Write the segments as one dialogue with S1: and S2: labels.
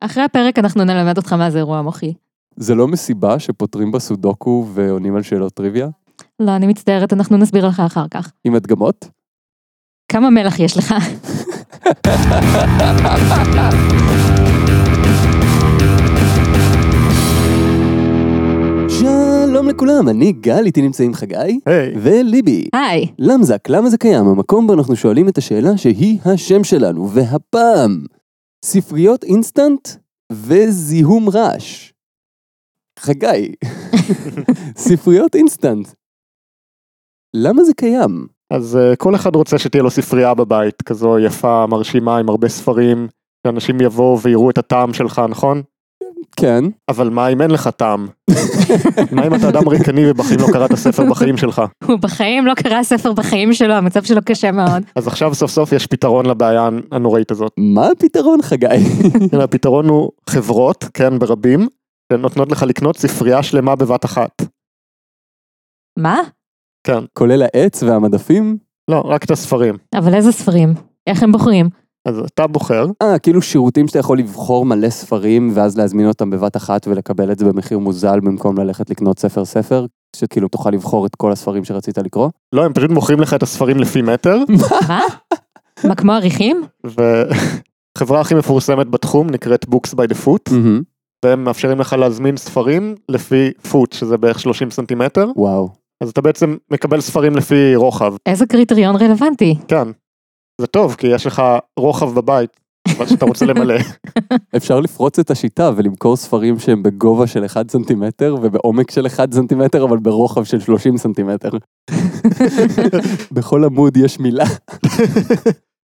S1: אחרי הפרק אנחנו נלמד אותך מה זה אירוע מוחי.
S2: זה לא מסיבה שפותרים בה סודוקו ועונים על שאלות טריוויה?
S1: לא, אני מצטערת, אנחנו נסביר לך אחר כך.
S2: עם הדגמות?
S1: כמה מלח יש לך?
S2: שלום לכולם, אני גל, איתי נמצאים חגי
S3: היי,
S2: וליבי.
S1: היי,
S2: למזק, למה זה קיים? המקום בו אנחנו שואלים את השאלה שהיא השם שלנו, והפעם, ספריות אינסטנט וזיהום רעש. חגי, ספריות אינסטנט. למה זה קיים?
S3: אז אה, כל אחד רוצה שתהיה לו ספרייה בבית, כזו יפה, מרשימה, עם הרבה ספרים, שאנשים יבואו ויראו את הטעם שלך, נכון?
S2: כן.
S3: אבל מה אם אין לך טעם? מה אם אתה אדם ריקני ובחיים לא קראת ספר בחיים שלך?
S1: הוא בחיים לא קרא ספר בחיים שלו, המצב שלו קשה מאוד.
S3: אז עכשיו סוף סוף יש פתרון לבעיה הנוראית הזאת.
S2: מה הפתרון, חגי?
S3: כן, הפתרון הוא חברות, כן, ברבים, שנותנות לך לקנות ספרייה שלמה בבת אחת.
S1: מה?
S3: כן,
S2: כולל העץ והמדפים?
S3: לא, רק את הספרים.
S1: אבל איזה ספרים? איך הם בוחרים?
S3: אז אתה בוחר,
S2: אה, כאילו שירותים שאתה יכול לבחור מלא ספרים, ואז להזמין אותם בבת אחת ולקבל את זה במחיר מוזל במקום ללכת לקנות ספר-ספר, שכאילו תוכל לבחור את כל הספרים שרצית לקרוא?
S3: לא, הם פשוט מוכרים לך את הספרים לפי מטר,
S1: מה? מה, כמו עריכים?
S3: והחברה הכי מפורסמת בתחום נקראת Books by the Foot, והם מאפשרים לך להזמין ספרים לפי פוט, שזה בערך 30 סנטימטר,
S2: וואו.
S3: אז אתה בעצם מקבל ספרים לפי רוחב,
S1: איזה קריטריון רלוונטי?
S3: כן. זה טוב, כי יש לך רוחב בבית, אבל שאתה רוצה למלא.
S2: אפשר לפרוץ את השיטה ולמכור ספרים שהם בגובה של 1 סנטימטר ובעומק של 1 סנטימטר, אבל ברוחב של 30 סנטימטר. בכל עמוד יש מילה.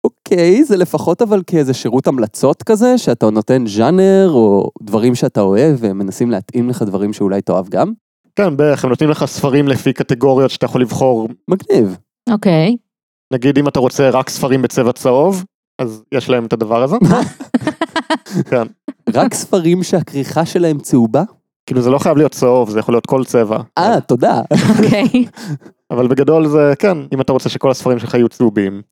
S2: אוקיי, זה לפחות אבל כאיזה שירות המלצות כזה, שאתה נותן ז'אנר או דברים שאתה אוהב, והם מנסים להתאים לך דברים שאולי תאהב גם.
S3: כן, בערך, הם נותנים לך ספרים לפי קטגוריות שאתה יכול לבחור.
S2: מגניב.
S1: אוקיי.
S3: נגיד אם אתה רוצה רק ספרים בצבע צהוב, אז יש להם את הדבר הזה. כן.
S2: רק ספרים שהכריכה שלהם צהובה?
S3: כאילו זה לא חייב להיות צהוב, זה יכול להיות כל צבע.
S2: אה, תודה.
S1: אוקיי.
S3: אבל בגדול זה כן, אם אתה רוצה שכל הספרים שלך יהיו צהובים.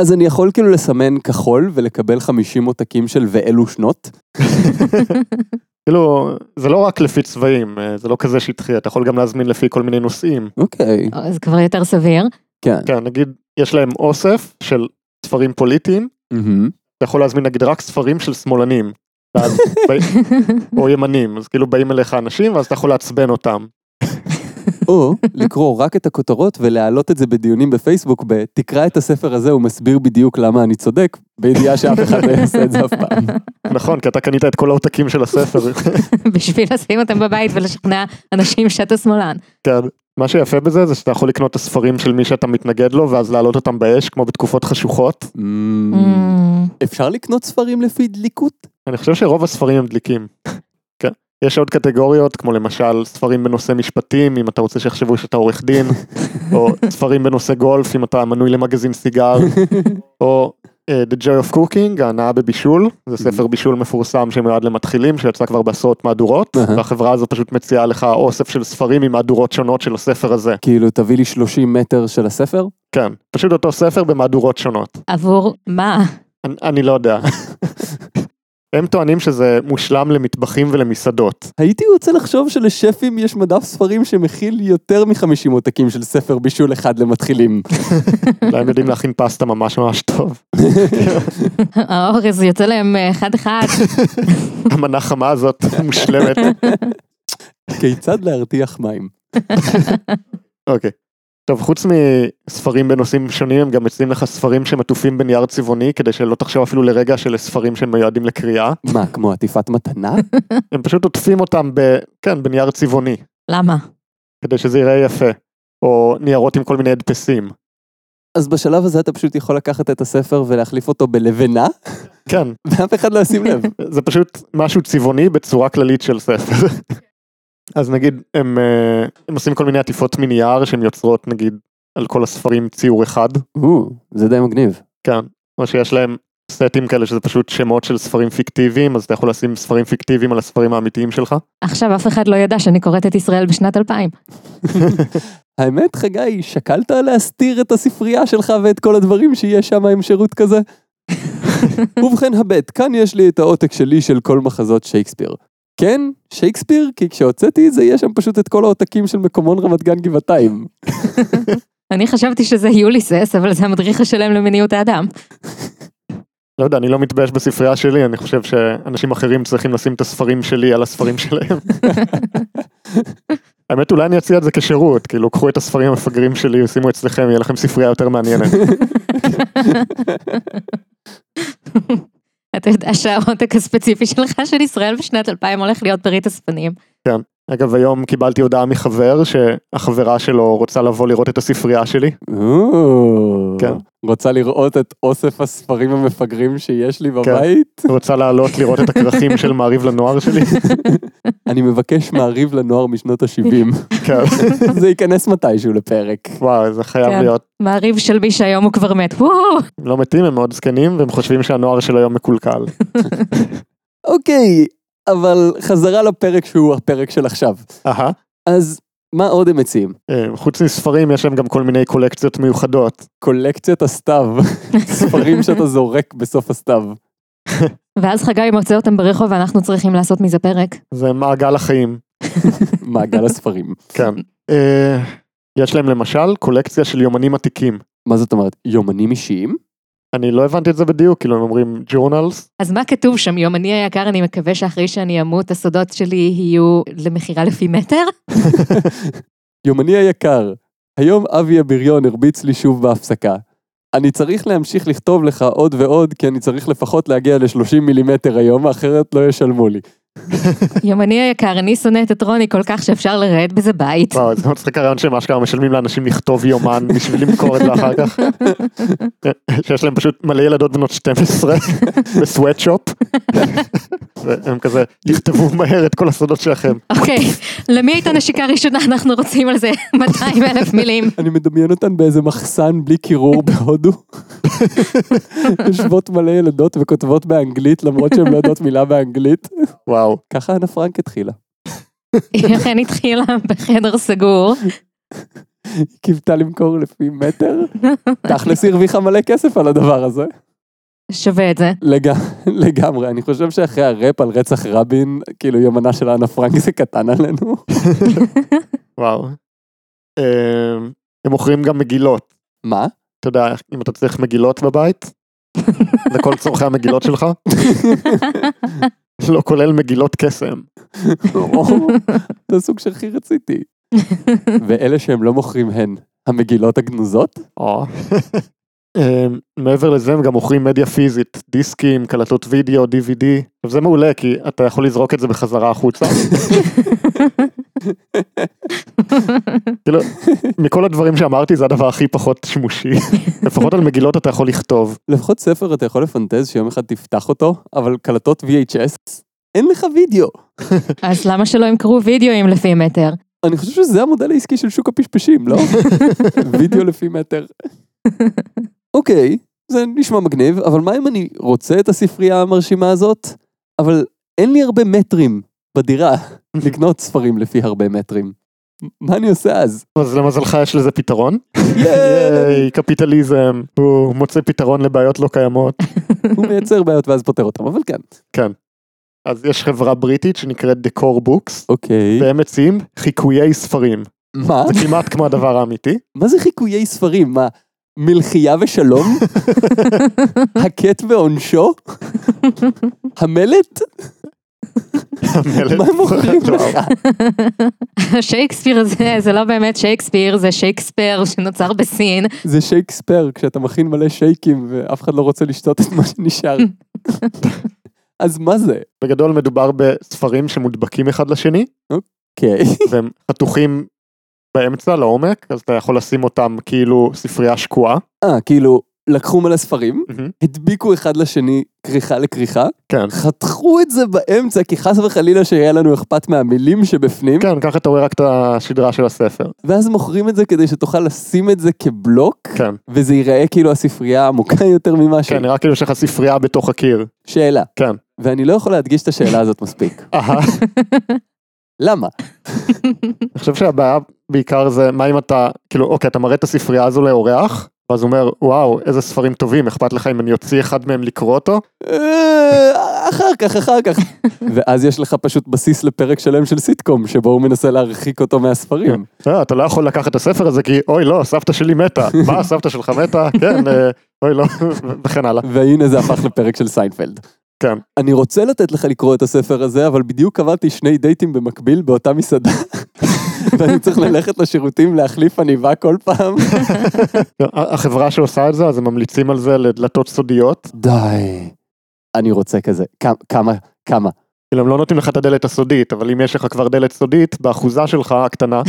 S2: אז אני יכול כאילו לסמן כחול ולקבל 50 עותקים של ואלו שנות?
S3: כאילו, זה לא רק לפי צבעים, אה, זה לא כזה שטחי, אתה יכול גם להזמין לפי כל מיני נושאים.
S2: אוקיי,
S1: או, זה כבר יותר סביר.
S2: כן.
S3: כן, נגיד, יש להם אוסף של ספרים פוליטיים,
S2: מהמם.
S3: אתה יכול להזמין נגיד רק ספרים של שמאלנים. ואז בא- או ימנים, אז כאילו באים אליך אנשים ואז אתה יכול לעצבן אותם.
S2: או לקרוא רק את הכותרות ולהעלות את זה בדיונים בפייסבוק ב- תקרא את הספר הזה, הוא מסביר בדיוק למה אני צודק, בידיעה שאף אחד לא יעשה את זה אף פעם.
S3: נכון, כי אתה קנית את כל העותקים של הספר.
S1: בשביל לשים אותם בבית ולשכנע אנשים שאתה שמאלן.
S3: כן. מה שיפה בזה זה שאתה יכול לקנות את הספרים של מי שאתה מתנגד לו ואז להעלות אותם באש כמו בתקופות חשוכות.
S2: Mm,
S1: Mm,
S2: אפשר לקנות ספרים לפי דליקות?
S3: אני חושב שרוב הספרים הם דליקים. כן. יש עוד קטגוריות כמו למשל ספרים בנושא משפטים אם אתה רוצה שיחשבו שאתה עורך דין או ספרים בנושא גולף אם אתה מנוי למגזין סיגר או אה, The Joy of Cooking ההנאה בבישול זה ספר בישול מפורסם שמיועד למתחילים שיצא כבר בעשרות מהדורות
S2: אהה.
S3: והחברה הזו פשוט מציעה לך אוסף של ספרים עם מהדורות שונות של הספר הזה
S2: כאילו, תביא לי 30 מטר של הספר?
S3: כן פשוט אותו ספר במהדורות שונות
S1: עבור מה?
S3: אני, אני לא יודע. הם טוענים שזה מושלם למטבחים ולמסעדות.
S2: הייתי רוצה לחשוב שלשפים יש מדף ספרים שמכיל יותר מ-50 עותקים של ספר בישול אחד למתחילים.
S3: אולי הם לא יודעים להכין פסטה ממש ממש טוב.
S1: האורז יוצא להם אה, אחד-אחד.
S3: המנה חמה הזאת מושלמת.
S2: כיצד להרתיח מים?
S3: אוקיי. טוב, חוץ מספרים בנושאים שונים, הם גם מציעים לך ספרים שמטופים בנייר צבעוני, כדי שלא תחשוב אפילו לרגע שאלה ספרים שהם מיועדים לקריאה.
S2: מה, כמו עטיפת מתנה?
S3: הם פשוט עוטפים אותם ב... כן, בנייר צבעוני,
S1: למה?
S3: כדי שזה ייראה יפה. או ניירות עם כל מיני הדפסים.
S2: אז בשלב הזה אתה פשוט יכול לקחת את הספר ולהחליף אותו בלבנה,
S3: כן,
S2: ואף אחד לא ישים לב.
S3: זה פשוט משהו צבעוני בצורה כללית של ספר. אז נגיד הם, אה, הם עושים כל מיני עטיפות מנייר שהן יוצרות נגיד על כל הספרים ציור אחד.
S2: או, זה די מגניב.
S3: כן, או שיש להם סטים כאלה שזה פשוט שמות של ספרים פיקטיביים, אז אתה יכול לשים ספרים פיקטיביים על הספרים האמיתיים שלך.
S1: עכשיו אף אחד לא ידע שאני קוראת את ישראל בשנת 2000.
S2: האמת, חגי, שקלת להסתיר את הספרייה שלך ואת כל הדברים שיש שם עם שירות כזה? ובכן הבט, כאן יש לי את העותק שלי של כל מחזות שייקספיר. כן, שייקספיר, כי כשהוצאתי את זה, יש שם פשוט את כל העותקים של מקומון רמת גן גבעתיים.
S1: אני חשבתי שזה יוליסס, אבל זה המדריך השלם למיניות האדם.
S3: לא יודע, אני לא מתבייש בספרייה שלי, אני חושב שאנשים אחרים צריכים לשים את הספרים שלי על הספרים שלהם. האמת אולי אני אציע את זה כשירות, כאילו קחו את הספרים המפגרים שלי ושימו אצלכם, יהיה לכם ספרייה יותר מעניינת.
S1: אתה יודע שהעותק הספציפי שלך של ישראל בשנת 2000 הולך להיות ברית הספנים.
S3: אגב היום קיבלתי הודעה מחבר שהחברה שלו רוצה לבוא לראות את הספרייה שלי.
S2: או,
S3: כן.
S2: רוצה לראות את אוסף הספרים המפגרים שיש לי בבית?
S3: רוצה לעלות לראות את הכרכים של מעריב לנוער שלי.
S2: אני מבקש מעריב לנוער משנות ה-70.
S3: כן.
S2: זה ייכנס מתישהו לפרק.
S3: וואי, זה חייב
S1: כן.
S3: להיות.
S1: מעריב של מי שהיום הוא כבר מת. וואו!
S3: הם לא מתים, הם מאוד זקנים, והם חושבים שהנוער של היום מקולקל.
S2: אוקיי, אבל חזרה לפרק שהוא הפרק של עכשיו.
S3: אהה.
S2: אז מה עוד הם מציעים?
S3: אה, חוץ מספרים יש להם גם כל מיני קולקציות מיוחדות.
S2: קולקציית הסתיו, ספרים שאתה זורק בסוף הסתיו.
S1: ואז חגי מוצא אותם ברחוב ואנחנו צריכים לעשות מזה פרק.
S3: זה מעגל החיים.
S2: מעגל הספרים.
S3: כן. אה, יש להם למשל קולקציה של יומנים עתיקים.
S2: מה זאת אומרת? יומנים אישיים?
S3: אני לא הבנתי את זה בדיוק, כאילו הם אומרים ג'ורנלס.
S1: אז מה כתוב שם? יומני היקר, אני מקווה שאחרי שאני אמות, הסודות שלי יהיו למכירה לפי מטר?
S2: יומני היקר, היום אבי הבריון הרביץ לי שוב בהפסקה. אני צריך להמשיך לכתוב לך עוד ועוד, כי אני צריך לפחות להגיע ל-30 מילימטר היום, אחרת לא ישלמו לי.
S1: יומני היקר, אני שונאת את רוני כל כך שאפשר לרהט בזה בית.
S3: וואו, זה מצחיק הרעיון שהם אשכרה משלמים לאנשים לכתוב יומן בשביל למכור את זה אחר כך. שיש להם פשוט מלא ילדות בנות 12 בסוואטשופ. והם כזה, תכתבו מהר את כל הסודות שלכם.
S1: אוקיי, למי הייתה נשיקה ראשונה? אנחנו רוצים על זה 200 אלף מילים.
S2: אני מדמיין אותן באיזה מחסן בלי קירור בהודו. יושבות מלא ילדות וכותבות באנגלית, למרות שהן לא יודעות מילה באנגלית.
S3: וואו.
S2: ככה אנה פרנק התחילה.
S1: היא אכן התחילה בחדר סגור.
S2: היא קיוותה למכור לפי מטר. תכלס היא הרוויחה מלא כסף על הדבר הזה.
S1: שווה את זה.
S2: לג- לגמרי, אני חושב שאחרי הראפ על רצח רבין, כאילו יומנה של אנה פרנק זה קטן עלינו.
S3: וואו. אמ, הם מוכרים גם מגילות.
S2: מה?
S3: אתה יודע, אם אתה צריך מגילות בבית, לכל צורכי המגילות שלך. לא כולל מגילות קסם.
S2: זה הסוג שהכי רציתי. ואלה שהם לא מוכרים הן המגילות הגנוזות?
S3: או. אמ, מעבר לזה הם גם מוכרים מדיה פיזית, דיסקים, קלטות וידאו, DVD. עכשיו, זה מעולה כי אתה יכול לזרוק את זה בחזרה החוצה. כאילו, מכל הדברים שאמרתי זה הדבר הכי פחות שימושי. לפחות על מגילות אתה יכול לכתוב.
S2: לפחות ספר אתה יכול לפנטז שיום אחד תפתח אותו, אבל קלטות VHS, אין לך וידאו.
S1: אז למה שלא ימכרו וידאוים לפי מטר?
S2: אני חושב שזה המודל העסקי של שוק הפשפשים, לא? וידאו לפי מטר. אוקיי, זה נשמע מגניב, אבל מה אם אני רוצה את הספרייה המרשימה הזאת, אבל אין לי הרבה מטרים בדירה לקנות ספרים לפי הרבה מטרים. מה אני עושה אז?
S3: אז למזלך יש לזה פתרון.
S2: ייי!
S3: היי, קפיטליזם, הוא מוצא פתרון לבעיות לא קיימות.
S2: הוא מייצר בעיות ואז פותר אותם, אבל כן.
S3: אז יש חברה בריטית שנקראת דקור בוקס,
S2: אוקיי,
S3: והם מציעים חיקויי ספרים.
S2: מה?
S3: זה כמעט כמו הדבר האמיתי.
S2: מה זה חיקויי ספרים? מה, מלחייה ושלום? הקט ועונשו? המלט?
S3: המלך.
S2: מה הם מוכרים לך?
S1: שייקספיר זה, זה לא באמת שייקספיר, זה שייקספיר שנוצר בסין.
S2: זה שייקספר, כשאתה מכין מלא שייקים ואף אחד לא רוצה לשתות את מה שנשאר. אז מה זה?
S3: בגדול מדובר בספרים שמודבקים אחד לשני,
S2: אוקיי.
S3: והם חתוכים באמצע, לעומק, אז אתה יכול לשים אותם כאילו ספרייה שקועה.
S2: אה, כאילו, לקחו מלא ספרים,
S3: מהמם.
S2: הדביקו אחד לשני כריכה לכריכה,
S3: כן.
S2: חתכו את זה באמצע, כי חס וחלילה שיהיה לנו אכפת מהמילים שבפנים,
S3: כן, ככה אתה רואה רק את השדרה של הספר.
S2: ואז מוכרים את זה כדי שתוכל לשים את זה כבלוק,
S3: כן.
S2: וזה ייראה כאילו הספרייה עמוקה יותר ממה ש...
S3: כן, נראה כאילו יש לך ספרייה בתוך הקיר.
S2: שאלה.
S3: כן.
S2: ואני לא יכול להדגיש את השאלה הזאת מספיק.
S3: אהה.
S2: למה?
S3: אני חושב שהבעיה בעיקר זה מה אם אתה כאילו אוקיי אתה מראה את הספרייה הזו לאורח ואז הוא אומר, וואו, איזה ספרים טובים, אכפת לך אם אני אוציא אחד מהם לקרוא אותו?
S2: אה, אחר כך, אחר כך. ואז יש לך פשוט בסיס לפרק שלם של סיטקום, שבו הוא מנסה להרחיק אותו מהספרים.
S3: "אה, אתה לא יכול לקחת את הספר הזה כי, אוי לא, סבתא שלי מתה. מה, סבתא שלך מתה? כן, אה, אוי לא, וכן הלאה.
S2: והנה זה הפך לפרק של סיינפלד.
S3: כן.
S2: אני רוצה לתת לך לקרוא את הספר הזה, אבל בדיוק קבעתי שני דייטים במקביל באותה מסעדה. ואני צריך ללכת לשירותים להחליף עניבה כל פעם.
S3: לא, ה- החברה שעושה את זה, אז הם ממליצים על זה לדלתות סודיות.
S2: די. אני רוצה כזה. כמה, כמה, כמה.
S3: כאילו, הם לא נותנים לך את הדלת הסודית, אבל אם יש לך כבר דלת סודית, באחוזה שלך הקטנה,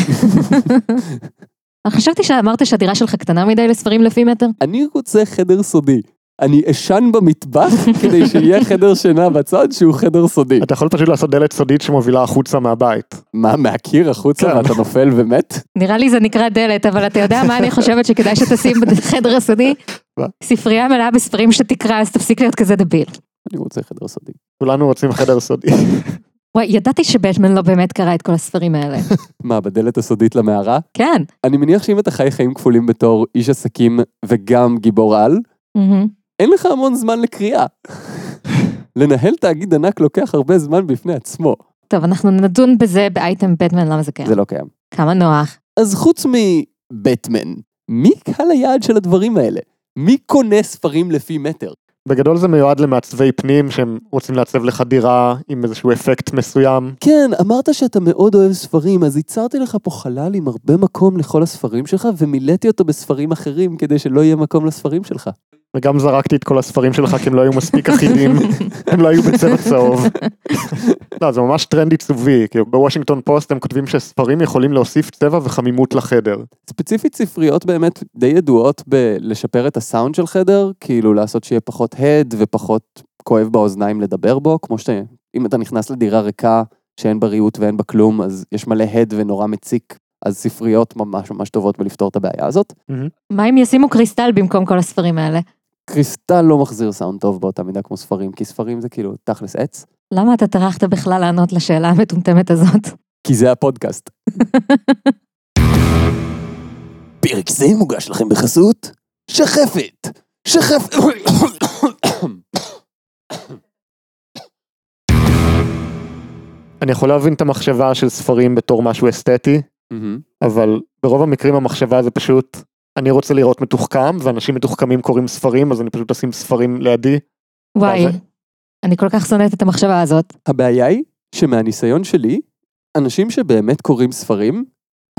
S1: אבל חשבתי שאמרת שהדירה שלך קטנה מדי לספרים לפי מטר.
S2: אני רוצה חדר סודי. אני אשן במטבח כדי שיהיה חדר שינה בצד שהוא חדר סודי.
S3: אתה יכול פשוט לעשות דלת סודית שמובילה החוצה מהבית.
S2: מה, מהקיר החוצה
S3: כן.
S2: ואתה נופל ומת?
S1: נראה לי זה נקרא דלת, אבל אתה יודע מה אני חושבת שכדאי שתשים בחדר הסודי?
S3: מה?
S1: ספרייה מלאה בספרים שתקרא, אז תפסיק להיות כזה דביל.
S2: אני רוצה חדר סודי.
S3: כולנו רוצים חדר סודי.
S1: וואי, ידעתי שבטמן לא באמת קרא את כל הספרים האלה.
S2: מה, בדלת הסודית למערה?
S1: כן.
S2: אני מניח שאם אתה חי חיים כפולים בתור איש עסקים וגם גיבור על,
S1: מהמם.
S2: אין לך המון זמן לקריאה. לנהל תאגיד ענק לוקח הרבה זמן בפני עצמו.
S1: טוב, אנחנו נדון בזה באייטם בטמן, למה זה קיים.
S2: זה לא קיים.
S1: כמה נוח.
S2: אז חוץ מבטמן, מי קהל היעד של הדברים האלה? מי קונה ספרים לפי מטר?
S3: בגדול זה מיועד למעצבי פנים שהם רוצים לעצב לך דירה עם איזשהו אפקט מסוים.
S2: כן, אמרת שאתה מאוד אוהב ספרים, אז ייצרתי לך פה חלל עם הרבה מקום לכל הספרים שלך, ומילאתי אותו בספרים אחרים כדי שלא יהיה מקום לספרים שלך.
S3: וגם זרקתי את כל הספרים שלך כי הם לא היו מספיק אחידים, הם לא היו בצבע צהוב. לא, זה ממש טרנד עיצובי, כאילו בוושינגטון פוסט הם כותבים שספרים יכולים להוסיף צבע וחמימות לחדר.
S2: ספציפית ספריות באמת די ידועות בלשפר את הסאונד של חדר, כאילו לעשות שיהיה פחות הד ופחות כואב באוזניים לדבר בו, כמו שאם אתה נכנס לדירה ריקה שאין בה ריהוט ואין בה כלום, אז יש מלא הד ונורא מציק, אז ספריות ממש ממש טובות בלפתור את הבעיה הזאת.
S1: מה אם ישימו קריסטל במקום כל הספרים האלה?
S2: קריסטל לא מחזיר סאונד טוב באותה מידה כמו ספרים, כי ספרים זה כאילו תכלס עץ,
S1: למה אתה טרחת בכלל לענות לשאלה המטומטמת הזאת?
S2: כי זה הפודקאסט. פרק זה מוגש לכם בחסות שחפת, שחפת.
S3: אני יכול להבין את המחשבה של ספרים בתור משהו אסתטי,
S2: מהמם.
S3: אבל ברוב המקרים המחשבה זה פשוט, אני רוצה לראות מתוחכם, ואנשים מתוחכמים קוראים ספרים, אז אני פשוט אשים ספרים לידי.
S1: וואי,
S3: זה-
S1: אני כל כך שונאת את המחשבה הזאת.
S2: הבעיה היא שמהניסיון שלי, אנשים שבאמת קוראים ספרים,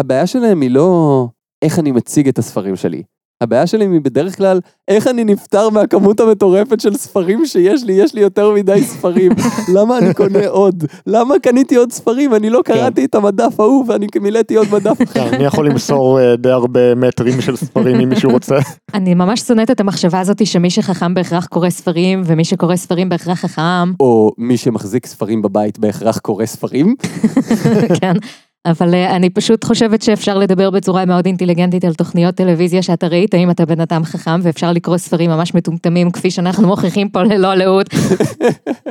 S2: הבעיה שלהם היא לא איך אני מציג את הספרים שלי. הבעיה שלהם היא בדרך כלל איך אני נפטר מהכמות המטורפת של ספרים שיש לי, יש לי יותר מדי ספרים. למה אני קונה עוד? למה קניתי עוד ספרים? אני לא קראתי את המדף ההוא ואני מילאתי עוד מדף אחר.
S3: כן, אני יכול למסור אה, די הרבה מטרים של ספרים אם מישהו רוצה.
S1: אני ממש שונאת את המחשבה הזאת שמי שחכם בהכרח קורא ספרים, ומי שקורא ספרים בהכרח חכם,
S2: או מי שמחזיק ספרים בבית בהכרח קורא ספרים.
S1: כן. אבל אה, אני פשוט חושבת שאפשר לדבר בצורה מאוד אינטליגנטית על תוכניות טלוויזיה שאתה ראית, אם אתה בן אדם חכם, ואפשר לקרוא ספרים ממש מטומטמים, כפי שאנחנו מוכיחים פה ללא לאות.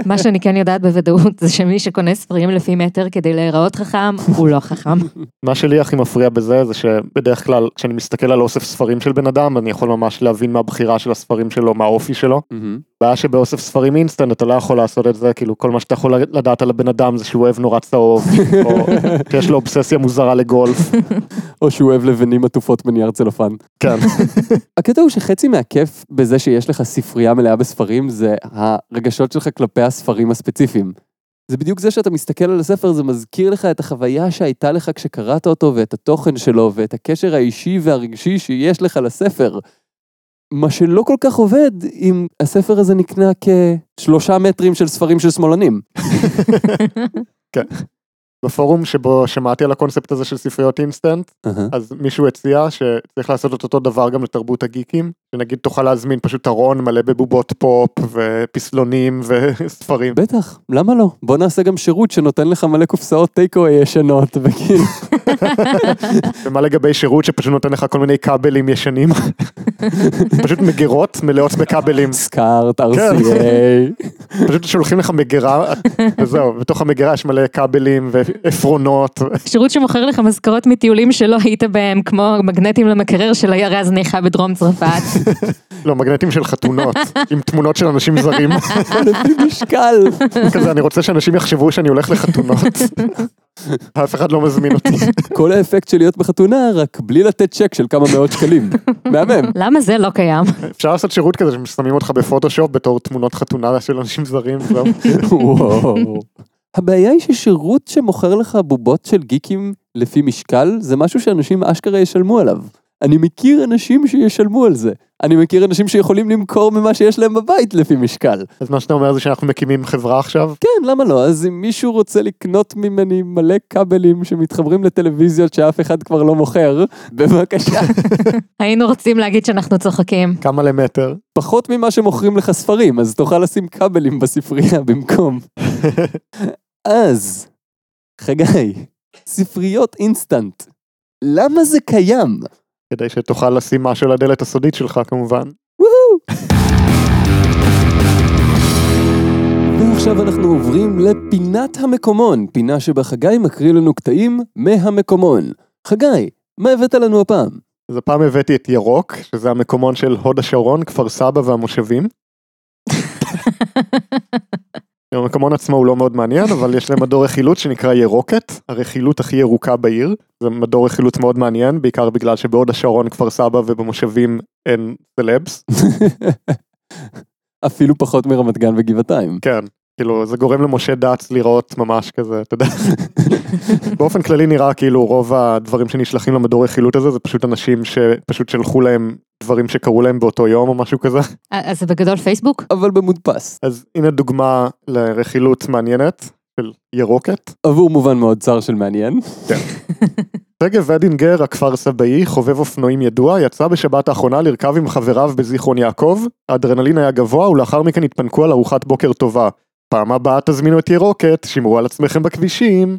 S1: מה שאני כן יודעת בוודאות זה שמי שקונה ספרים לפי מטר כדי להיראות חכם, הוא לא חכם.
S3: מה שלי הכי מפריע בזה זה שבדרך כלל כשאני מסתכל על אוסף ספרים של בן אדם אני יכול ממש להבין מה הבחירה של הספרים שלו מה האופי שלו. הבעיה שבאוסף ספרים אינסטנט אתה לא יכול לעשות את זה כאילו כל מה שאתה יכול לדעת על הבן אדם זה שהוא אוהב נורא צהוב או שיש לו אובססיה מוזרה לגולף.
S2: או שהוא אוהב לבנים עטופות בנייר צלופן.
S3: כן.
S2: הקטע הוא שחצי מהכיף בזה שיש לך ספרייה מלאה בספרים זה הרגשות שלך כלפי הספרים הספציפיים. זה בדיוק זה שאתה מסתכל על הספר, זה מזכיר לך את החוויה שהייתה לך כשקראת אותו ואת התוכן שלו ואת הקשר האישי והרגשי שיש לך לספר. מה שלא כל כך עובד אם הספר הזה נקנה כשלושה מטרים של ספרים של שמאלנים.
S3: כן. בפורום שבו שמעתי על הקונספט הזה של ספריות אינסטנט אז מישהו הציע שצריך לעשות את אותו דבר גם לתרבות הגיקים שנגיד תוכל להזמין פשוט ארון מלא בבובות פופ ופסלונים וספרים.
S2: בטח, למה לא? בוא נעשה גם שירות שנותן לך מלא קופסאות טייקווי ישנות, וכאילו,
S3: ומה לגבי שירות שפשוט נותן לך כל מיני כבלים ישנים? פשוט מגירות מלאות בכבלים.
S2: סקארט, RCA.
S3: פשוט שולחים לך מגירה, וזהו, בתוך המגירה יש מלא כבלים ועפרונות.
S1: שירות שמוכר לך משכורות מטיולים שלא היית בהם, כמו מגנטים למקרר של עיירה זניחה בדרום צרפת.
S3: לא, מגנטים של חתונות, עם תמונות של אנשים זרים.
S2: לפי משקל.
S3: כזה, אני רוצה שאנשים יחשבו שאני הולך לחתונות. אף אחד לא מזמין אותי.
S2: כל האפקט של להיות בחתונה, רק בלי לתת צ'ק של כמה מאות שקלים. מהמם.
S1: למה זה לא קיים?
S3: אפשר לעשות שירות כזה ששמים אותך בפוטושופ בתור תמונות חתונה של אנשים זרים, זהו.
S2: וואו. הבעיה היא ששירות שמוכר לך בובות של גיקים לפי משקל, זה משהו שאנשים אשכרה ישלמו עליו. אני מכיר אנשים שישלמו על זה. אני מכיר אנשים שיכולים למכור ממה שיש להם בבית לפי משקל.
S3: אז מה שאתה אומר זה שאנחנו מקימים חברה עכשיו?
S2: כן, למה לא? אז אם מישהו רוצה לקנות ממני מלא כבלים שמתחברים לטלוויזיות שאף אחד כבר לא מוכר, בבקשה.
S1: היינו רוצים להגיד שאנחנו צוחקים.
S3: כמה למטר?
S2: פחות ממה שמוכרים לך ספרים, אז תוכל לשים כבלים בספרייה במקום. אז, חגי, ספריות אינסטנט, למה זה קיים?
S3: כדי שתוכל לשים משהו לדלת הסודית שלך כמובן.
S2: ועכשיו אנחנו עוברים לפינת המקומון, פינה שבה חגי מקריא לנו קטעים מהמקומון. חגי, מה הבאת לנו הפעם?
S3: אז הפעם הבאתי את ירוק, שזה המקומון של הוד השרון, כפר סבא והמושבים. המקומון עצמו הוא לא מאוד מעניין, אבל יש להם מדור רכילות שנקרא ירוקת, הרכילות הכי ירוקה בעיר. זה מדור רכילות מאוד מעניין, בעיקר בגלל שבהוד השרון, כפר סבא ובמושבים אין סלבס.
S2: אפילו פחות מרמת גן וגבעתיים.
S3: כן, כאילו זה גורם למשה דץ לראות ממש כזה, אתה יודע. באופן כללי נראה כאילו רוב הדברים שנשלחים למדור הרכילות הזה זה פשוט אנשים שפשוט שלחו להם דברים שקרו להם באותו יום או משהו כזה.
S1: אה, אז זה בגדול פייסבוק?
S2: אבל במודפס,
S3: אז הנה דוגמה לרכילות מעניינת של ירוקת.
S2: עבור מובן מאוד צר של מעניין.
S3: שגב ודינגר הכפר סבאי, חובב אופנועים ידוע, יצא בשבת האחרונה לרכב עם חבריו בזיכרון יעקב, האדרנלין היה גבוה ולאחר מכן התפנקו על ארוחת בוקר טובה. פעם הבאה תזמינו את ירוקת, שמרו על עצמכם בכבישים.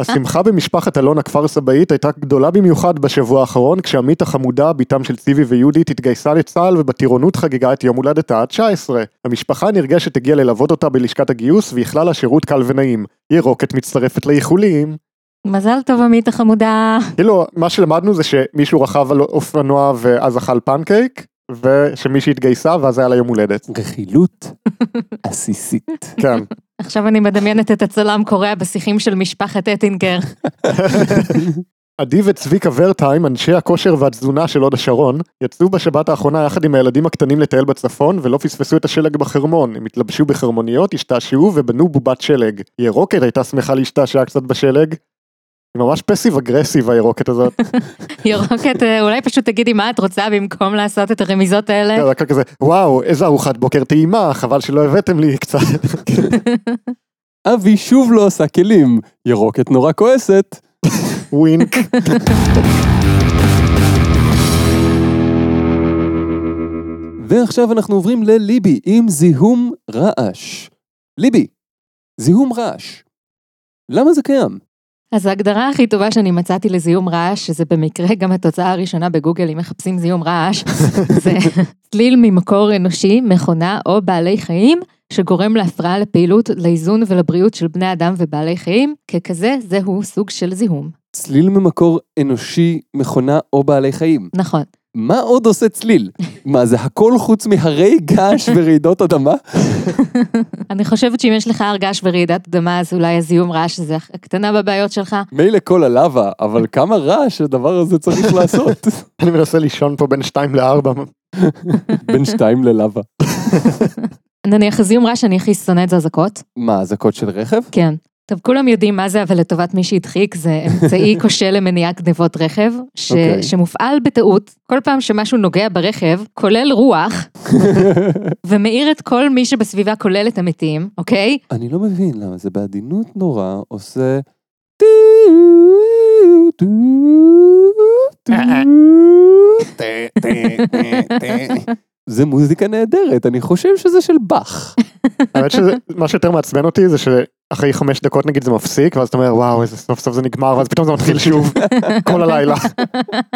S3: השמחה במשפחת אלון הכפר סבאית הייתה גדולה במיוחד בשבוע האחרון, כשעמית החמודה, בתם של ציבי ויהודית, התגייסה לצה"ל ובטירונות חגגה את יום הולדתה ה-19. המשפחה הנרגשת הגיעה ללוות אותה בלשכת הגיוס ואיחלה לה שירות קל ונעים. ירוקת מצטרפת לאיחולים.
S1: מזל טוב עמית החמודה.
S3: כאילו מה שלמדנו זה שמישהו רכב על אופנוע ואז אכל פנקייק ושמישהי התגייסה ואז היה לה יום הולדת.
S2: רכילות עסיסית.
S3: כן.
S1: עכשיו אני מדמיינת את הצלם קורע בשיחים של משפחת אטינגר.
S3: עדי וצביקה ורטהיים, אנשי הכושר והתזונה של הוד השרון, יצאו בשבת האחרונה יחד עם הילדים הקטנים לטייל בצפון ולא פספסו את השלג בחרמון. הם התלבשו בחרמוניות, השתעשעו ובנו בובת שלג. ירוקת הייתה שמחה להשתעשע קצת בשלג. היא ממש פסיב אגרסיב הירוקת הזאת.
S1: ירוקת, אה, אולי פשוט תגידי מה את רוצה במקום לעשות את הרמיזות האלה.
S3: כן, רק כזה, וואו, איזה ארוחת בוקר טעימה, חבל שלא הבאתם לי קצת.
S2: אבי שוב לא עשה כלים, ירוקת נורא כועסת.
S3: ווינק.
S2: ועכשיו אנחנו עוברים לליבי עם זיהום רעש. ליבי, זיהום רעש. למה זה קיים?
S1: אז ההגדרה הכי טובה שאני מצאתי לזיהום רעש, שזה במקרה גם התוצאה הראשונה בגוגל אם מחפשים זיהום רעש, זה צליל ממקור אנושי, מכונה או בעלי חיים, שגורם להפרעה לפעילות, לאיזון ולבריאות של בני אדם ובעלי חיים, ככזה זהו סוג של זיהום.
S2: צליל ממקור אנושי, מכונה או בעלי חיים.
S1: נכון.
S2: מה עוד עושה צליל? מה, זה הכל חוץ מהרי געש ורעידות אדמה?
S1: אני חושבת שאם יש לך הר געש ורעידת אדמה, אז אולי הזיהום רעש זה הקטנה בבעיות שלך.
S2: מילא כל הלאווה, אבל כמה רעש הדבר הזה צריך לעשות?
S3: אני מנסה לישון פה בין 2 ל-4.
S2: בין שתיים ללאווה.
S1: נניח הזיהום רעש שאני הכי שונאת זה אזעקות.
S2: מה, אזעקות של רכב?
S1: כן. טוב, כולם יודעים מה זה, אבל לטובת מי שהדחיק, זה אמצעי כושל למניעת גנבות רכב, ש...
S2: אוקיי.
S1: okay. שמופעל בטעות כל פעם שמשהו נוגע ברכב, כולל רוח, ומאיר את כל מי שבסביבה, כולל את המתים, אוקיי?
S2: אני לא מבין למה זה בעדינות נורא עושה... טו, טו, טה, טה, טה, טה. זה מוזיקה נהדרת, אני חושב שזה של באך.
S3: האמת שזה, מה שיותר מעצבן אותי זה שאחרי חמש דקות נגיד זה מפסיק ואז אתה אומר וואו איזה סוף סוף זה נגמר ואז פתאום זה מתחיל שוב כל הלילה.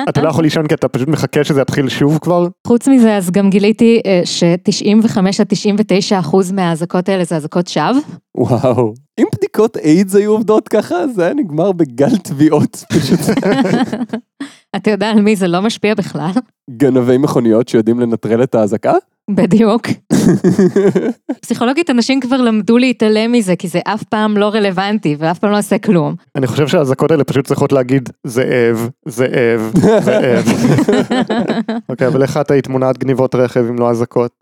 S3: אתה לא יכול לישון כי אתה פשוט מחכה שזה יתחיל שוב כבר.
S1: חוץ מזה, אז גם גיליתי אה, ש-95 עד 99 אחוז מהאזעקות האלה זה אזעקות שווא.
S2: וואו. אם בדיקות איידס היו עובדות ככה, זה היה נגמר בגל תביעות פשוט.
S1: אתה יודע על מי זה לא משפיע בכלל?
S2: גנבי מכוניות שיודעים לנטרל את האזעקה?
S1: בדיוק. פסיכולוגית, אנשים כבר למדו להתעלם מזה, כי זה אף פעם לא רלוונטי ואף פעם לא עושה כלום.
S3: אני חושב שהאזעקות האלה פשוט צריכות להגיד זאב, זאב, זאב. אוקיי, אבל איך את היית מונעת גניבות רכב אם לא אזעקות?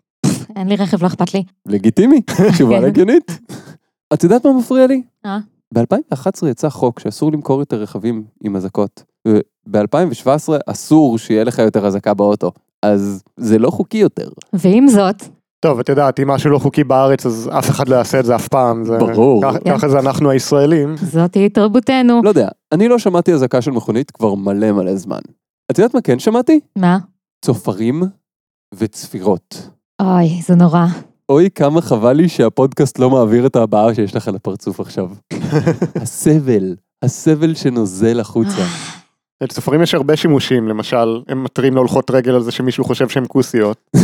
S1: אין לי רכב, לא אכפת לי.
S2: לגיטימי, תשובה
S1: כן.
S2: הגיונית. את יודעת מה מפריע לי?
S1: אה?
S2: ב-2011 יצא חוק שאסור למכור יותר רכבים עם אזעקות. ב-2017 אסור שיהיה לך יותר אזעקה באוטו. אז זה לא חוקי יותר.
S1: ועם זאת,
S3: טוב, את יודעת, אם משהו לא חוקי בארץ אז אף אחד לא יעשה את זה אף פעם. זה-
S2: ברור.
S3: ככה- ככה זה אנחנו הישראלים.
S1: זאת היא תרבותנו.
S2: לא יודע, אני לא שמעתי אזעקה של מכונית כבר מלא מלא זמן. את יודעת מה כן שמעתי?
S1: מה?
S2: צופרים וצפירות.
S1: אוי, זה נורא.
S2: אוי, כמה חבל לי שהפודקאסט לא מעביר את הבעה שיש לך על הפרצוף עכשיו. הסבל, הסבל שנוזל החוצה.
S3: לצופרים יש הרבה שימושים, למשל, הם מתרים להולכות רגל על זה שמישהו חושב שהם כוסיות.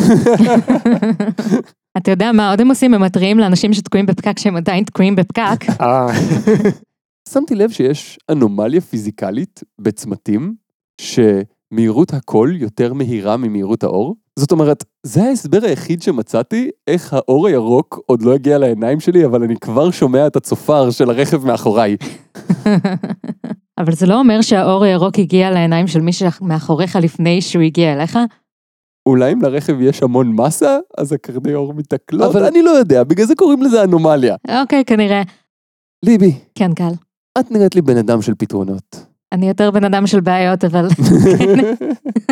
S1: אתה יודע מה עוד הם עושים? הם מתריעים לאנשים שתקועים בפקק שהם עדיין תקועים בפקק.
S3: אה,
S2: שמתי לב שיש אנומליה פיזיקלית בצמתים, שמהירות הקול יותר מהירה ממהירות האור. זאת אומרת, זה ההסבר היחיד שמצאתי, איך האור הירוק עוד לא הגיע לעיניים שלי, אבל אני כבר שומע את הצופר של הרכב מאחוריי.
S1: אבל זה לא אומר שהאור הירוק הגיע לעיניים של מי שמאחוריך לפני שהוא הגיע אליך?
S2: אולי אם לרכב יש המון מסה, אז הקרני אור מתעכלות,
S1: אבל-
S2: אבל אני לא יודע, בגלל זה קוראים לזה אנומליה.
S1: אוקיי, כנראה.
S2: ליבי,
S1: כן, קל.
S2: את נראית לי בן אדם של פתרונות.
S1: אני יותר בן אדם של בעיות, אבל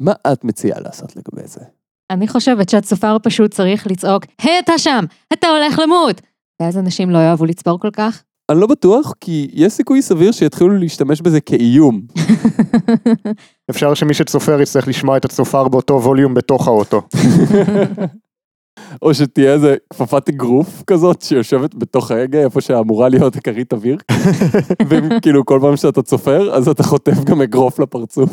S2: מה את מציעה לעשות לגבי זה?
S1: אני חושבת שהצופר פשוט צריך לצעוק, היי, אתה שם! אתה הולך למות! ואז אנשים לא יאהבו לצפור כל כך.
S2: אני לא בטוח, כי יש סיכוי סביר שיתחילו להשתמש בזה כאיום.
S3: אפשר שמי שצופר יצטרך לשמוע את הצופר באותו ווליום בתוך האוטו.
S2: או שתהיה איזה כפפת אגרוף כזאת שיושבת בתוך ההגה, איפה שאמורה להיות הכרית אוויר. וכאילו כל פעם שאתה צופר, אז אתה חוטף גם אגרוף לפרצוף.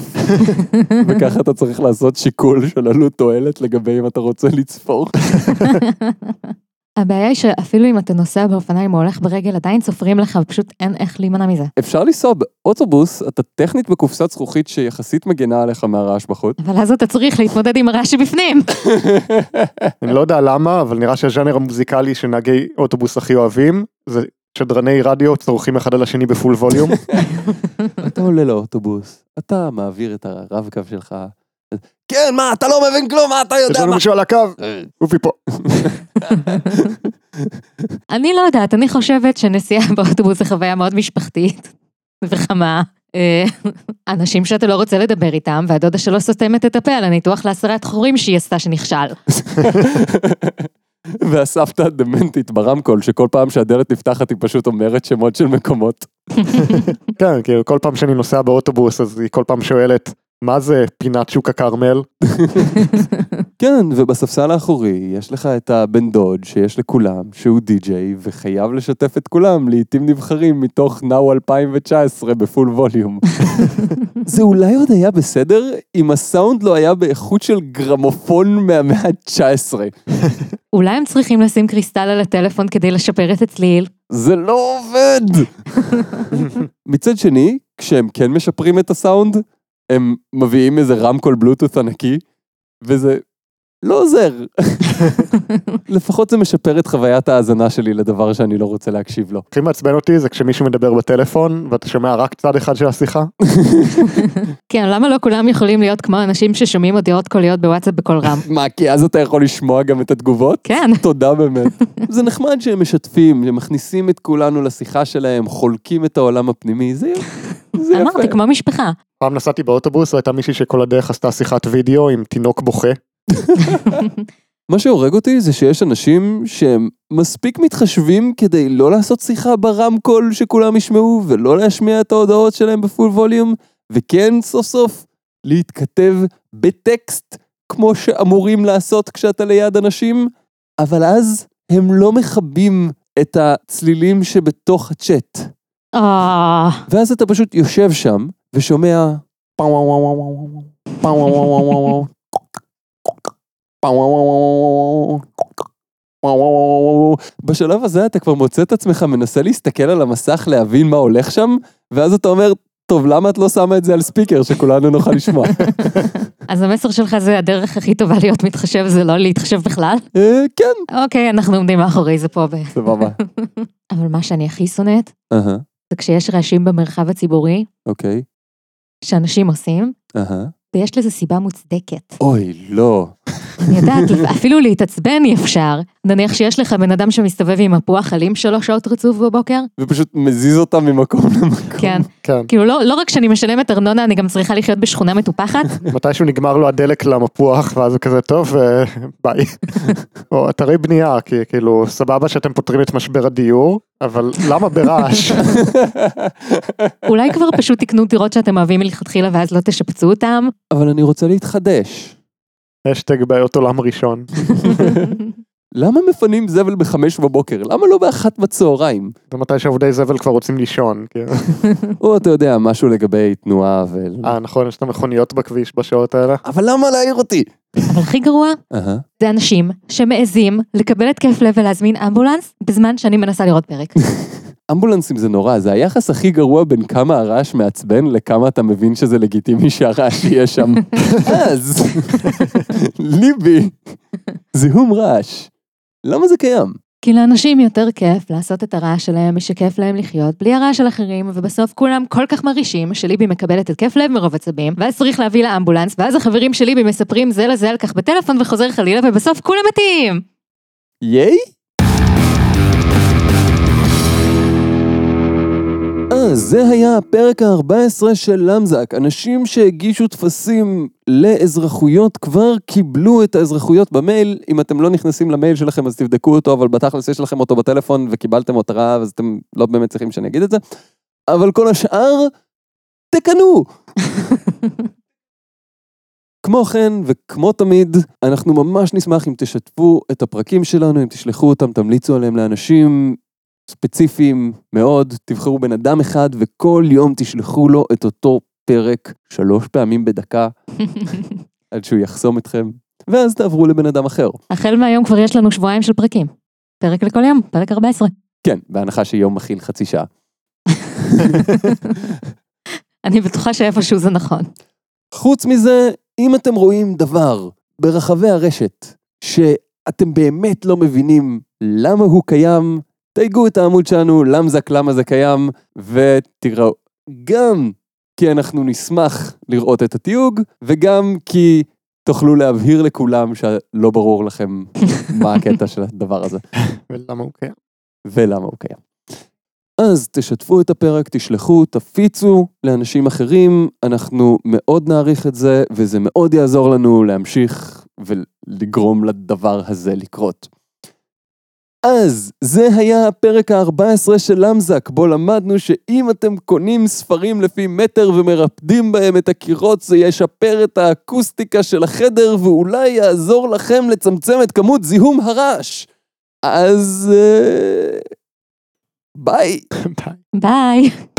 S2: וככה אתה צריך לעשות שיקול של עלות תועלת לגבי אם אתה רוצה לצפור.
S1: הבעיה היא שאפילו אם אתה נוסע באופניים או הולך ברגל, עדיין סופרים לך, ופשוט אין איך להימנע מזה.
S2: אפשר לנסוע באוטובוס, אתה טכנית בקופסת זכוכית שיחסית מגנה עליך מהרעש בחוץ.
S1: אבל אז אתה צריך להתמודד עם הרעש שבפנים.
S3: אני לא יודע למה, אבל נראה שהז'אנר המוזיקלי שנהגי אוטובוס הכי אוהבים, זה שדרני רדיו צורכים אחד על השני בפול ווליום.
S2: אתה עולה לאוטובוס, אתה מעביר את הרב-קו שלך. כן, מה, אתה לא מבין כלום, מה אתה
S3: יש
S2: יודע?
S3: לנו
S2: מה?"
S3: מישהו על הקו, אופי פה.
S1: אני לא יודעת, אני חושבת שנסיעה באוטובוס זה חוויה מאוד משפחתית וחמה. אה, אנשים שאתה לא רוצה לדבר איתם, והדודה שלא סותמת את הפה על הניתוח להסרת חורים שהיא עשתה שנכשל.
S2: והסבתא הדמנטית ברמקול, שכל פעם שהדלת נפתחת היא פשוט אומרת שמות של מקומות.
S3: כן, כאילו כל פעם שאני נוסע באוטובוס, אז היא כל פעם שואלת, מה זה פינת שוק הכרמל?
S2: כן, ובספסל האחורי יש לך את הבן דוד שיש לכולם, שהוא די-ג'יי, וחייב לשתף את כולם לעיתים נבחרים מתוך נאו 2019 בפול ווליום. זה אולי עוד היה בסדר אם הסאונד לא היה באיכות של גרמופון מהמאה ה-19.
S1: אולי הם צריכים לשים קריסטל על הטלפון כדי לשפר את הצליל?
S2: זה לא עובד! מצד שני, כשהם כן משפרים את הסאונד, הם מביאים איזה רמקול בלוטות' ענקי, וזה לא עוזר. לפחות זה משפר את חוויית ההאזנה שלי לדבר שאני לא רוצה להקשיב לו.
S3: הכי מעצבן אותי זה כשמישהו מדבר בטלפון, ואתה שומע רק צד אחד של השיחה.
S1: כן, למה לא כולם יכולים להיות כמו אנשים ששומעים הודעות קוליות בוואטסאפ בקול רם?
S2: מה, כי אז אתה יכול לשמוע גם את התגובות?
S1: כן,
S2: תודה באמת. זה נחמד שהם משתפים, הם מכניסים את כולנו לשיחה שלהם, חולקים את העולם הפנימי, זה, זה יפה.
S1: אמרתי, כמו משפחה.
S3: פעם נסעתי באוטובוס, והייתה מישהי שכל הדרך עשתה שיחת וידאו עם תינוק בוכה.
S2: מה שהורג אותי זה שיש אנשים שהם מספיק מתחשבים כדי לא לעשות שיחה ברמקול שכולם ישמעו, ולא להשמיע את ההודעות שלהם בפול ווליום, וכן סוף סוף להתכתב בטקסט כמו שאמורים לעשות כשאתה ליד אנשים, אבל אז הם לא מכבים את הצלילים שבתוך הצ'אט.
S1: אה,
S2: ואז אתה פשוט יושב שם ושומע פאו וואו וואו וואו וואו וואו, פאו וואו וואו וואו וואו, פאו וואו וואו וואו וואו, פאו וואו וואו וואו וואו. בשלב הזה אתה כבר מוצא את עצמך מנסה להסתכל על המסך להבין מה הולך שם ואז אתה אומר טוב למה את לא שמה את זה על ספיקר שכולנו נוכל לשמוע.
S1: אז המסר שלך זה הדרך הכי טובה להיות מתחשב זה לא להתחשב בכלל?
S2: אה, כן
S1: אוקיי, אנחנו עומדים מאחורי זה פה. ב...
S2: סבבה.
S1: אבל מה שאני הכי שונאת,
S2: אהה,
S1: זה כשיש רעשים במרחב הציבורי,
S2: אוקיי.
S1: שאנשים עושים,
S2: אהה.
S1: ויש לזה סיבה מוצדקת.
S2: אוי לא.
S1: אני יודעת, אפילו להתעצבן אי אפשר. נניח שיש לך בן אדם שמסתובב עם הפוח חלים שלוש שעות רצוף בבוקר,
S2: ופשוט מזיז אותם ממקום למקום.
S1: כן.
S3: כן.
S1: כאילו לא, לא רק שאני משלמת ארנונה, אני גם צריכה לחיות בשכונה מטופחת.
S3: מתישהו נגמר לו הדלק למפוח ואז הוא כזה טוב אה, ביי. או אתרי בנייה כי כאילו סבבה שאתם פותרים את משבר הדיור אבל למה ברעש
S1: אולי כבר פשוט תקנו דירות שאתם אוהבים מלכתחילה ואז לא תשפצו אותם.
S2: אבל אני רוצה להתחדש.
S3: השטג בעיות עולם ראשון
S2: למה מפנים זבל בחמש בבוקר? למה לא באחת בצהריים?
S3: זה מתי שעובדי זבל כבר רוצים לישון. כן.
S2: או אתה יודע, משהו לגבי תנועה ו...
S3: אה נכון יש את המכוניות בכביש בשעות האלה.
S2: אבל למה להעיר אותי?
S1: אבל הכי גרוע,
S2: אהה.
S1: זה אנשים שמעזים לקבל התקף לב ולהזמין אמבולנס בזמן שאני מנסה לראות פרק.
S2: אמבולנסים זה נורא, זה היחס הכי גרוע בין כמה הרעש מעצבן לכמה אתה מבין שזה לגיטימי שהרעש יהיה שם. אז, ליבי, זיהום רעש. למה זה קיים?
S1: כי לאנשים יותר כיף לעשות את הרעש שלהם, משכיף להם לחיות, בלי הרעש של אחרים, ובסוף כולם כל כך מרעישים, שליבי מקבלת התקף לב מרוב עצבים, ואז צריך להביא לה אמבולנס, ואז החברים של ליבי מספרים זה לזה על כך בטלפון וחוזר חלילה, ובסוף כולם מתים!
S2: ייי? אה, זה היה הפרק ה-14 של למזק. אנשים שהגישו טפסים לאזרחויות כבר קיבלו את האזרחויות במייל. אם אתם לא נכנסים למייל שלכם אז תבדקו אותו, אבל בתכלס יש לכם אותו בטלפון וקיבלתם הותרה, אז אתם לא באמת צריכים שאני אגיד את זה. אבל כל השאר, תקנו! כמו כן, וכמו תמיד, אנחנו ממש נשמח אם תשתפו את הפרקים שלנו, אם תשלחו אותם, תמליצו עליהם לאנשים ספציפיים מאוד, תבחרו בן אדם אחד, וכל יום תשלחו לו את אותו פרק שלוש פעמים בדקה, עד שהוא יחסום אתכם, ואז תעברו לבן אדם אחר.
S1: החל מהיום כבר יש לנו שבועיים של פרקים. פרק לכל יום, פרק 14.
S2: כן, בהנחה שיום מכיל חצי שעה.
S1: אני בטוחה שאיפשהו זה נכון.
S2: חוץ מזה, אם אתם רואים דבר ברחבי הרשת שאתם באמת לא מבינים למה הוא קיים, תייגו את העמוד שלנו, למזק למה זה קיים, ותקראו. גם כי אנחנו נשמח לראות את התיוג, וגם כי תוכלו להבהיר לכולם שלא ברור לכם מה הקטע של הדבר הזה.
S3: ולמה הוא כן? קיים.
S2: ולמה הוא קיים. אז תשתפו את הפרק, תשלחו, תפיצו לאנשים אחרים, אנחנו מאוד נעריך את זה, וזה מאוד יעזור לנו להמשיך ולגרום לדבר הזה לקרות. אז זה היה הפרק ה-14 של למזק, בו למדנו שאם אתם קונים ספרים לפי מטר ומרפדים בהם את הקירות, זה ישפר את האקוסטיקה של החדר ואולי יעזור לכם לצמצם את כמות זיהום הרעש. uh, אז... אה, ביי.
S3: ביי.
S1: ביי!